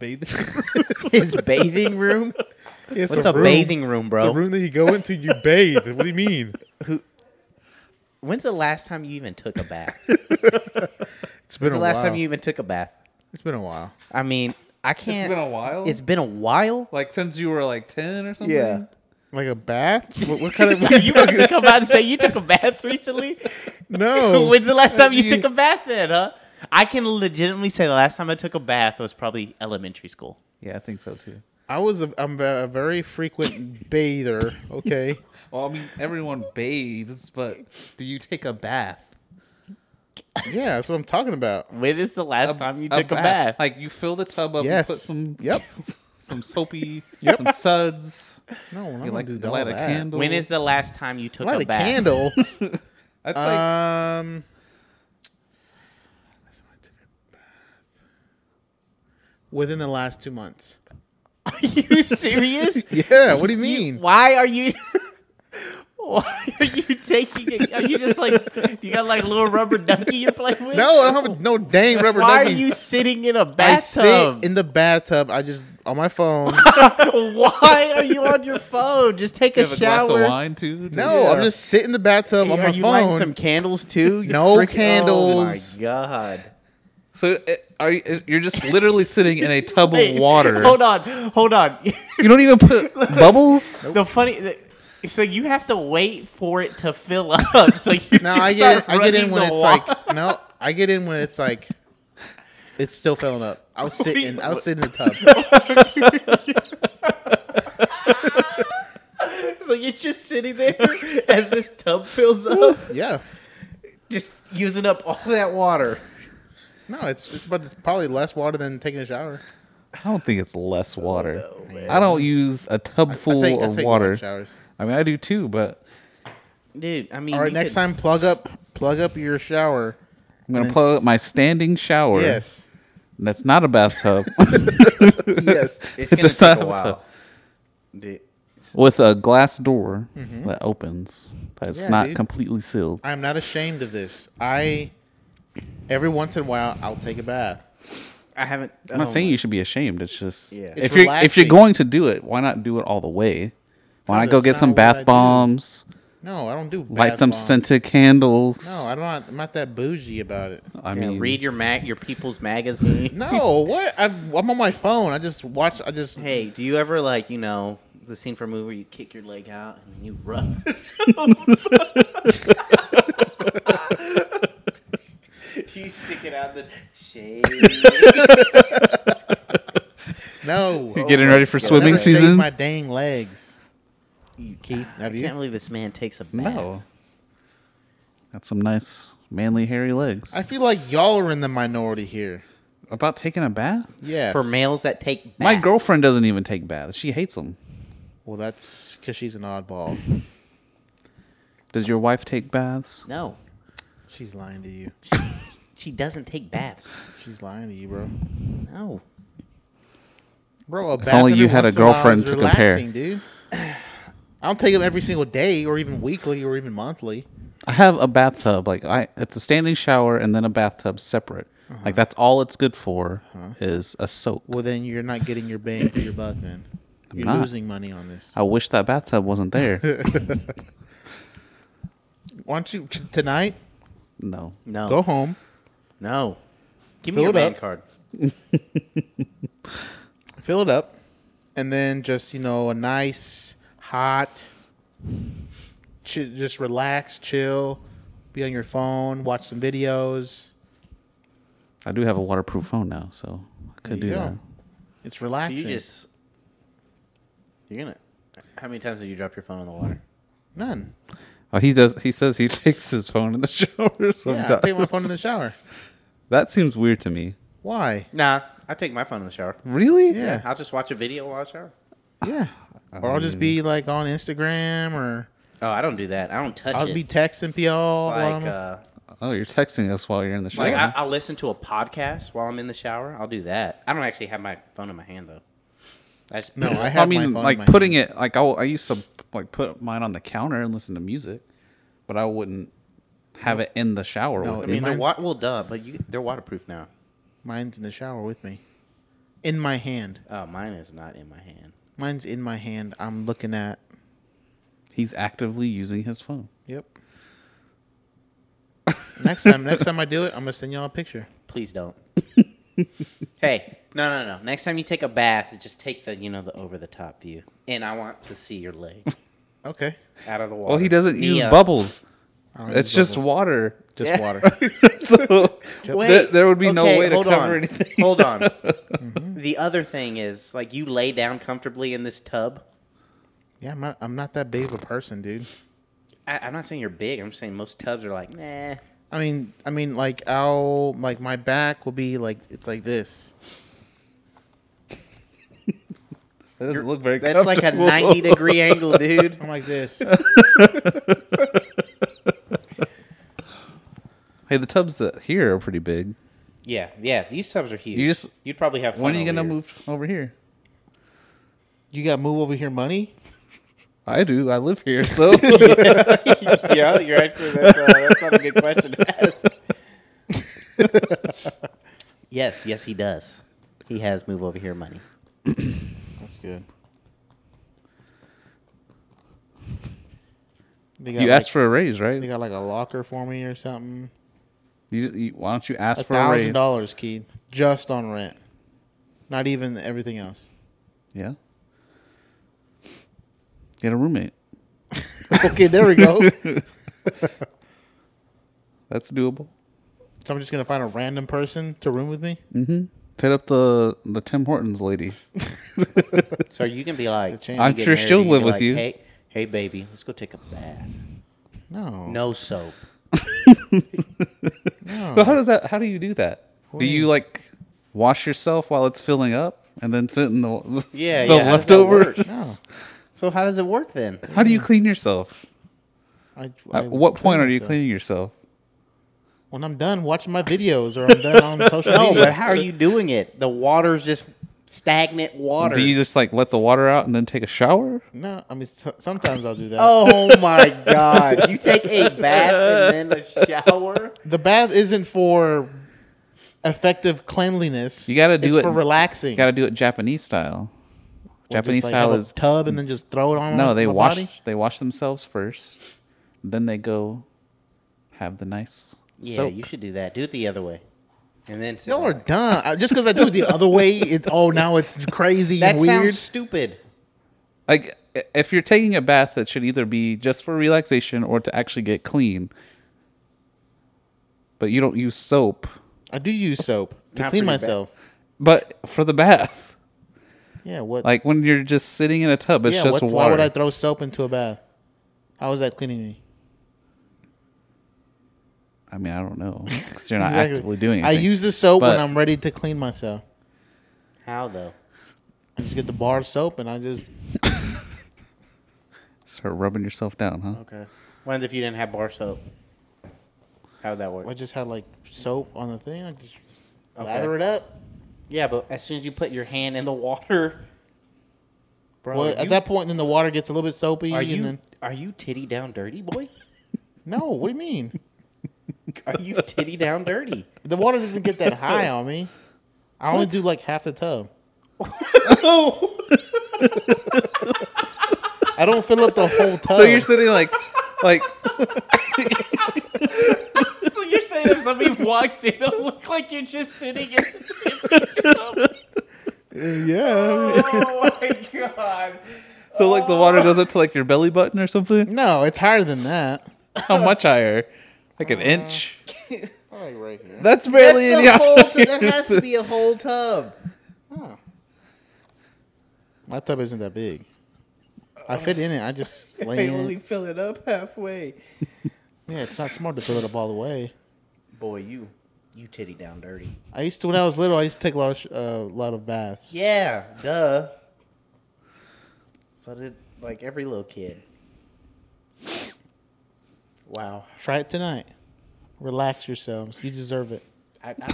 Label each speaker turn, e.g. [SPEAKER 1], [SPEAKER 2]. [SPEAKER 1] bathing.
[SPEAKER 2] His bathing room?
[SPEAKER 1] It's
[SPEAKER 2] What's a,
[SPEAKER 1] room.
[SPEAKER 2] bathing room,
[SPEAKER 1] It's
[SPEAKER 2] bro?
[SPEAKER 1] a room that you go into. You bathe. What do you mean?
[SPEAKER 2] When's the last time you even took a bath?
[SPEAKER 1] It's been
[SPEAKER 2] When's
[SPEAKER 1] a
[SPEAKER 2] the last
[SPEAKER 1] while.
[SPEAKER 2] time you even took a bath?
[SPEAKER 1] It's been a while.
[SPEAKER 2] I mean, I
[SPEAKER 3] It's
[SPEAKER 2] can't.
[SPEAKER 3] been a while.
[SPEAKER 2] It's been a while.
[SPEAKER 3] like since you were like ten or something.
[SPEAKER 2] Yeah.
[SPEAKER 1] Like a bath? What, what kind of? what are
[SPEAKER 2] you
[SPEAKER 1] you
[SPEAKER 2] about
[SPEAKER 1] talking-
[SPEAKER 2] to come out and say you took a bath recently?
[SPEAKER 1] no.
[SPEAKER 2] When's the last time you
[SPEAKER 3] You-
[SPEAKER 2] took a bath then, huh? I can legitimately say the last time I took a bath was probably elementary school.
[SPEAKER 3] Yeah, I think so too.
[SPEAKER 1] I was. A, I'm a very frequent bather. Okay.
[SPEAKER 3] Well, I mean, everyone bathes, but do you take a bath?
[SPEAKER 1] Yeah, that's what I'm talking about.
[SPEAKER 2] When is the last time you took a bath?
[SPEAKER 3] Like you fill the tub up,
[SPEAKER 1] Yes.
[SPEAKER 3] you put some
[SPEAKER 1] Yep.
[SPEAKER 3] some soapy,
[SPEAKER 1] Yep.
[SPEAKER 3] some suds.
[SPEAKER 1] No, I'm
[SPEAKER 3] You
[SPEAKER 1] not
[SPEAKER 3] like
[SPEAKER 1] do
[SPEAKER 3] you
[SPEAKER 1] all
[SPEAKER 3] light a
[SPEAKER 1] that.
[SPEAKER 3] candle.
[SPEAKER 2] When is the last time you took
[SPEAKER 1] Light
[SPEAKER 2] a
[SPEAKER 1] a
[SPEAKER 2] bath?
[SPEAKER 1] candle.
[SPEAKER 3] that's like
[SPEAKER 1] um. Within the last two months.
[SPEAKER 2] Are you serious?
[SPEAKER 1] Yeah. What do you mean?
[SPEAKER 2] Why are you? Why are you taking it? Are you just like you got like a little rubber ducky you're playing with?
[SPEAKER 1] no, I don't have a, no dang rubber
[SPEAKER 2] Why
[SPEAKER 1] ducky.
[SPEAKER 2] are you sitting in a
[SPEAKER 1] I
[SPEAKER 2] bathtub?
[SPEAKER 1] sit in the bathtub. I just on my phone.
[SPEAKER 2] Why are you on your phone? Just take
[SPEAKER 3] you
[SPEAKER 2] a
[SPEAKER 3] have a
[SPEAKER 2] shower.
[SPEAKER 3] glass of wine too.
[SPEAKER 1] No,
[SPEAKER 2] Yeah.
[SPEAKER 1] I'm just sitting in the bathtub on
[SPEAKER 2] Are
[SPEAKER 1] my
[SPEAKER 2] you lighting
[SPEAKER 1] phone.
[SPEAKER 2] some candles too? You
[SPEAKER 1] No
[SPEAKER 2] freak-
[SPEAKER 1] candles.
[SPEAKER 2] Oh my god.
[SPEAKER 3] So uh, are you, is- you're just literally sitting in a tub of
[SPEAKER 2] Wait,
[SPEAKER 3] water?
[SPEAKER 2] Hold on. Hold on.
[SPEAKER 3] You don't even put bubbles.
[SPEAKER 2] the funny. The, so you have to wait for it to fill up. So you
[SPEAKER 1] no,
[SPEAKER 2] just
[SPEAKER 1] I get
[SPEAKER 2] start
[SPEAKER 1] I get in
[SPEAKER 2] running
[SPEAKER 1] when
[SPEAKER 2] the
[SPEAKER 1] it's
[SPEAKER 2] wa-
[SPEAKER 1] like no, I get in when it's like it's still filling up. I'll sit
[SPEAKER 2] do you-
[SPEAKER 1] in. I'll sit in the tub.
[SPEAKER 2] So you're just sitting there as this tub fills up,
[SPEAKER 1] yeah.
[SPEAKER 2] just using up all that water.
[SPEAKER 1] No, it's it's about it's probably less water than taking a shower.
[SPEAKER 3] I don't think it's less water. I don't use a tub full
[SPEAKER 1] Oh, I take, I
[SPEAKER 3] of
[SPEAKER 1] take long
[SPEAKER 3] water.
[SPEAKER 1] Showers.
[SPEAKER 3] I mean, I do too, but
[SPEAKER 2] Dude, I mean,
[SPEAKER 1] All right,
[SPEAKER 2] you
[SPEAKER 1] next
[SPEAKER 2] could-
[SPEAKER 1] time plug up plug up your shower.
[SPEAKER 3] I'm gonna
[SPEAKER 1] And
[SPEAKER 3] plug
[SPEAKER 1] it's-
[SPEAKER 3] up my standing shower.
[SPEAKER 1] Yes.
[SPEAKER 3] that's not a bathtub
[SPEAKER 1] yes.
[SPEAKER 2] it's gonna
[SPEAKER 3] That's
[SPEAKER 2] take a
[SPEAKER 3] not-
[SPEAKER 2] while. Dude,
[SPEAKER 3] with a glass door that opens. That's
[SPEAKER 1] Mm-hmm. Yeah,
[SPEAKER 3] not
[SPEAKER 1] dude.
[SPEAKER 3] completely sealed.
[SPEAKER 1] I'm not ashamed of this. I every once in a while I'll take a bath.
[SPEAKER 2] I haven't. oh
[SPEAKER 3] I'm not saying you should be ashamed. It's just
[SPEAKER 2] Yeah.
[SPEAKER 1] Oh It's
[SPEAKER 3] if you're if you're
[SPEAKER 1] relaxing.
[SPEAKER 3] going to do it, why not do it all the way? Why
[SPEAKER 1] No,
[SPEAKER 3] not go
[SPEAKER 1] that's
[SPEAKER 3] get some
[SPEAKER 1] not what I do.
[SPEAKER 3] bath bombs,
[SPEAKER 1] No, I don't do
[SPEAKER 3] light
[SPEAKER 1] bath
[SPEAKER 3] some
[SPEAKER 1] bombs.
[SPEAKER 3] scented candles?
[SPEAKER 1] No, I'm not. I'm not that bougie about it.
[SPEAKER 3] I
[SPEAKER 2] Yeah,
[SPEAKER 3] mean,
[SPEAKER 2] read your mag, your People's Magazine.
[SPEAKER 1] No, what? I've, I'm on my phone. I just watch. I just.
[SPEAKER 2] Hey, do you ever like you know the scene from a movie where you kick your leg out and you rub? do you stick it out the shade?
[SPEAKER 1] No.
[SPEAKER 3] you're getting ready for
[SPEAKER 2] Yeah,
[SPEAKER 1] Never
[SPEAKER 3] swimming
[SPEAKER 1] shaved
[SPEAKER 3] season.
[SPEAKER 1] My dang legs.
[SPEAKER 2] You
[SPEAKER 1] Keith, have
[SPEAKER 2] I
[SPEAKER 1] you?
[SPEAKER 2] can't believe this man takes a bath.
[SPEAKER 3] no, got some nice manly hairy legs.
[SPEAKER 1] I feel like y'all are in the minority here.
[SPEAKER 3] About taking a bath,
[SPEAKER 1] Yes.
[SPEAKER 2] For males that take baths.
[SPEAKER 3] my girlfriend doesn't even take baths. She hates them.
[SPEAKER 1] Well, that's because she's an oddball.
[SPEAKER 3] Does your wife take baths?
[SPEAKER 2] No,
[SPEAKER 1] She's lying to you.
[SPEAKER 2] she doesn't take baths.
[SPEAKER 1] She's lying to you, bro.
[SPEAKER 2] No.
[SPEAKER 1] Bro, a bath
[SPEAKER 3] only
[SPEAKER 1] every
[SPEAKER 3] you had a
[SPEAKER 1] once in while is
[SPEAKER 3] girlfriend to compare.
[SPEAKER 1] relaxing, dude. I don't take them every single day, or even weekly, or even monthly.
[SPEAKER 3] I have a bathtub. Like I, it's a standing shower and then a bathtub separate.
[SPEAKER 1] Uh-huh.
[SPEAKER 3] Like that's all it's good for is a soak.
[SPEAKER 1] Well, then you're not getting your bang for your buck, man. You're
[SPEAKER 3] not.
[SPEAKER 1] losing money on this.
[SPEAKER 3] I wish that bathtub wasn't there.
[SPEAKER 1] Why don't you t- tonight
[SPEAKER 3] no,
[SPEAKER 2] No.
[SPEAKER 1] go home?
[SPEAKER 2] No. Give me your
[SPEAKER 1] Fill it
[SPEAKER 2] man
[SPEAKER 1] up.
[SPEAKER 2] card.
[SPEAKER 1] fill it up, and then just you know a nice hot, chi- just relax, chill, be on your phone, watch some videos.
[SPEAKER 3] I do have a waterproof phone now, so I could
[SPEAKER 1] There
[SPEAKER 3] do
[SPEAKER 1] you
[SPEAKER 3] that.
[SPEAKER 1] go. It's
[SPEAKER 2] Do
[SPEAKER 1] relaxing.
[SPEAKER 2] you just You're gonna how many times did you drop your phone in the water?
[SPEAKER 1] none.
[SPEAKER 3] Oh, he does. He says he takes his phone in the shower
[SPEAKER 1] Yeah,
[SPEAKER 3] sometimes.
[SPEAKER 1] I take my phone in the shower.
[SPEAKER 3] that seems weird to me.
[SPEAKER 1] Why?
[SPEAKER 2] Nah, I take my phone in the shower.
[SPEAKER 3] Really?
[SPEAKER 1] Yeah.
[SPEAKER 2] I'll just watch a video while I shower.
[SPEAKER 1] Yeah. Or I'll just
[SPEAKER 3] Um,
[SPEAKER 1] be like on Instagram, or
[SPEAKER 2] Oh, I don't do that. I don't touch
[SPEAKER 1] I'll
[SPEAKER 2] it.
[SPEAKER 1] be texting y'all. while
[SPEAKER 2] like
[SPEAKER 1] I'm-
[SPEAKER 2] uh,
[SPEAKER 3] Oh, you're texting us while you're in the shower.
[SPEAKER 2] like I, I'll listen to a podcast while I'm in the shower. I'll do that. I don't actually have my phone in my hand though. I just
[SPEAKER 1] no, I
[SPEAKER 3] I
[SPEAKER 1] have. my
[SPEAKER 3] mean,
[SPEAKER 1] phone in
[SPEAKER 3] like
[SPEAKER 1] my
[SPEAKER 3] putting
[SPEAKER 1] hand.
[SPEAKER 3] it like I, I used to like put mine on the counter and listen to music, but I wouldn't have it in the shower. with
[SPEAKER 1] No,
[SPEAKER 2] I
[SPEAKER 1] it-
[SPEAKER 3] me.
[SPEAKER 2] mean, they're
[SPEAKER 1] mine's-
[SPEAKER 2] wa- well, duh, but you, they're waterproof now.
[SPEAKER 1] Mine's in the shower with me. in my hand.
[SPEAKER 2] Oh, mine is not in my hand.
[SPEAKER 1] Mine's in my hand. I'm looking at.
[SPEAKER 3] He's actively using his phone.
[SPEAKER 1] Yep. next time, next time I do it, I'm gonna send y'all a picture.
[SPEAKER 2] Please don't. hey, no, no, no. Next time you take a bath, just take the you know the over the top view, and I want to see your leg
[SPEAKER 1] Okay.
[SPEAKER 2] out of the water.
[SPEAKER 3] Well, he doesn't
[SPEAKER 2] Knee
[SPEAKER 3] use
[SPEAKER 2] up.
[SPEAKER 3] bubbles.
[SPEAKER 1] I don't
[SPEAKER 3] It's
[SPEAKER 1] use
[SPEAKER 3] just
[SPEAKER 1] bubbles.
[SPEAKER 3] water.
[SPEAKER 1] just
[SPEAKER 2] Yeah.
[SPEAKER 1] water.
[SPEAKER 3] so there- there would be no
[SPEAKER 2] okay,
[SPEAKER 3] way to
[SPEAKER 2] hold
[SPEAKER 3] cover
[SPEAKER 2] on.
[SPEAKER 3] anything.
[SPEAKER 2] Hold on. The other thing is, like, you lay down comfortably in this tub.
[SPEAKER 1] Yeah, I'm not, I'm not that big of a person, dude.
[SPEAKER 2] I, I'm not saying you're big. I'm just saying most tubs are like, nah.
[SPEAKER 1] I mean, I mean, like I'll like my back will be like it's like this.
[SPEAKER 3] That doesn't look very
[SPEAKER 2] That's like a
[SPEAKER 3] comfortable.
[SPEAKER 2] 90 degree angle, dude.
[SPEAKER 1] I'm like this.
[SPEAKER 3] Hey, the tubs that here are pretty big.
[SPEAKER 2] Yeah, yeah. These tubs are huge.
[SPEAKER 3] You just-
[SPEAKER 2] You'd probably have fun.
[SPEAKER 3] When are you
[SPEAKER 2] over
[SPEAKER 3] gonna
[SPEAKER 2] here.
[SPEAKER 3] move over here?
[SPEAKER 1] you got move over here, money.
[SPEAKER 3] I do. I live here, so
[SPEAKER 2] yeah, you're actually that's, uh, that's not a good question to ask. yes, yes, he does. He has move over here money.
[SPEAKER 1] That's good. They got
[SPEAKER 3] you
[SPEAKER 1] like-
[SPEAKER 3] asked for a raise,
[SPEAKER 1] They
[SPEAKER 3] right?
[SPEAKER 1] got like a locker for me or something.
[SPEAKER 3] You, you, why don't you ask
[SPEAKER 1] A
[SPEAKER 3] for a
[SPEAKER 1] thousand
[SPEAKER 3] raise?
[SPEAKER 1] dollars, Keith, just on rent, not even everything else.
[SPEAKER 3] Yeah. Get a roommate.
[SPEAKER 1] okay, there we go.
[SPEAKER 3] That's doable.
[SPEAKER 1] so I'm just gonna find a random person to room with me.
[SPEAKER 3] Mm-hmm. Hit up the the Tim Hortons lady.
[SPEAKER 2] So you can be like,
[SPEAKER 1] change.
[SPEAKER 2] you
[SPEAKER 3] I'm
[SPEAKER 2] get
[SPEAKER 3] sure she'll
[SPEAKER 2] you can
[SPEAKER 3] live
[SPEAKER 2] be
[SPEAKER 3] with
[SPEAKER 2] like,
[SPEAKER 3] you.
[SPEAKER 2] Hey, hey, baby, let's go take a bath.
[SPEAKER 1] No,
[SPEAKER 2] No soap.
[SPEAKER 3] But how does that? How do you do that? Do you like wash yourself while it's filling up and then sit in the
[SPEAKER 2] Yeah,
[SPEAKER 3] the
[SPEAKER 2] yeah, how does that work?
[SPEAKER 3] leftovers?
[SPEAKER 2] So how does it work then?
[SPEAKER 3] How do you clean yourself?
[SPEAKER 1] I, I
[SPEAKER 3] At what
[SPEAKER 1] clean
[SPEAKER 3] point are you
[SPEAKER 1] myself.
[SPEAKER 3] cleaning yourself?
[SPEAKER 1] When I'm done watching my videos or I'm done on social
[SPEAKER 2] No,
[SPEAKER 1] media.
[SPEAKER 2] Oh, but how are you doing it? The water's just stagnant water.
[SPEAKER 3] Do you just like let the water out and then take a shower?
[SPEAKER 1] No, I mean so- sometimes I'll do that.
[SPEAKER 2] Oh my god! You take a bath and then a shower.
[SPEAKER 1] The bath isn't for effective cleanliness.
[SPEAKER 3] You gotta do
[SPEAKER 1] it's
[SPEAKER 3] it-
[SPEAKER 1] for relaxing.
[SPEAKER 3] You got to do it Japanese style.
[SPEAKER 1] Or just,
[SPEAKER 3] Japanese
[SPEAKER 1] like,
[SPEAKER 3] style
[SPEAKER 1] have a
[SPEAKER 3] is
[SPEAKER 1] tub and then just throw it on.
[SPEAKER 3] no, they
[SPEAKER 1] my
[SPEAKER 3] wash
[SPEAKER 1] body?
[SPEAKER 3] they wash themselves first, then they go have the nice
[SPEAKER 2] Yeah,
[SPEAKER 3] soak.
[SPEAKER 2] you should do that. Do it the other way, and then sit
[SPEAKER 1] Y'all are
[SPEAKER 2] down.
[SPEAKER 1] dumb. I- Just because I do it the other way, it's oh now it's crazy
[SPEAKER 2] that
[SPEAKER 1] and weird.
[SPEAKER 2] sounds stupid.
[SPEAKER 3] Like i- if you're taking a bath, it should either be just for relaxation or to actually get clean. But you don't use soap,
[SPEAKER 1] I do use soap to
[SPEAKER 2] Not for
[SPEAKER 1] clean
[SPEAKER 2] your back.
[SPEAKER 1] myself.
[SPEAKER 3] but for the bath,
[SPEAKER 1] Yeah, what?
[SPEAKER 3] like when you're just sitting in a tub, it's
[SPEAKER 1] yeah,
[SPEAKER 3] just
[SPEAKER 1] what-
[SPEAKER 3] water.
[SPEAKER 1] why would I throw soap into a bath? How is that cleaning me?
[SPEAKER 3] I mean, I don't know because you're not
[SPEAKER 1] Exactly.
[SPEAKER 3] actively doing.
[SPEAKER 1] I
[SPEAKER 3] anything.
[SPEAKER 1] use the soap when
[SPEAKER 3] But-
[SPEAKER 1] I'm ready to clean myself.
[SPEAKER 2] How though?
[SPEAKER 1] I just get the bar of soap and I just
[SPEAKER 3] start rubbing yourself down, huh?
[SPEAKER 2] Okay. When's if you didn't have bar soap? How would that work?
[SPEAKER 1] I just had like soap on the thing. I just
[SPEAKER 2] Okay.
[SPEAKER 1] lather it up.
[SPEAKER 2] Yeah, but as soon as you put your hand in the water, bro,
[SPEAKER 1] well,
[SPEAKER 2] you-
[SPEAKER 1] at that point, then the water gets a little bit soapy.
[SPEAKER 2] are
[SPEAKER 1] and
[SPEAKER 2] you
[SPEAKER 1] Then,
[SPEAKER 2] are you titty down dirty, boy?
[SPEAKER 1] no, what do you mean?
[SPEAKER 2] Are you titty down dirty?
[SPEAKER 1] The water doesn't get that high on me. I only do like half the tub. I don't fill up the whole tub.
[SPEAKER 3] So you're sitting like, like
[SPEAKER 2] So you're saying if somebody walks in, it'll look like you're just sitting in.
[SPEAKER 1] yeah.
[SPEAKER 2] Oh my god!
[SPEAKER 3] so like the water goes up to like your belly button or something.
[SPEAKER 1] No, it's higher than that.
[SPEAKER 3] How much higher? Like
[SPEAKER 1] Uh,
[SPEAKER 3] an inch.
[SPEAKER 1] Like right here.
[SPEAKER 3] That's barely any.
[SPEAKER 2] that has to be a whole tub.
[SPEAKER 1] My tub isn't that big. I fit in it. I just lay in it.
[SPEAKER 2] fill it up halfway.
[SPEAKER 1] Yeah, it's not smart to fill it up all the way.
[SPEAKER 2] Boy, you you titty down dirty.
[SPEAKER 1] I used to when I was little. I used to take a lot of sh- uh, lot of baths.
[SPEAKER 2] Yeah, duh. So did like every little kid. Wow,
[SPEAKER 1] Try it tonight. Relax yourselves. You deserve it.
[SPEAKER 2] I, I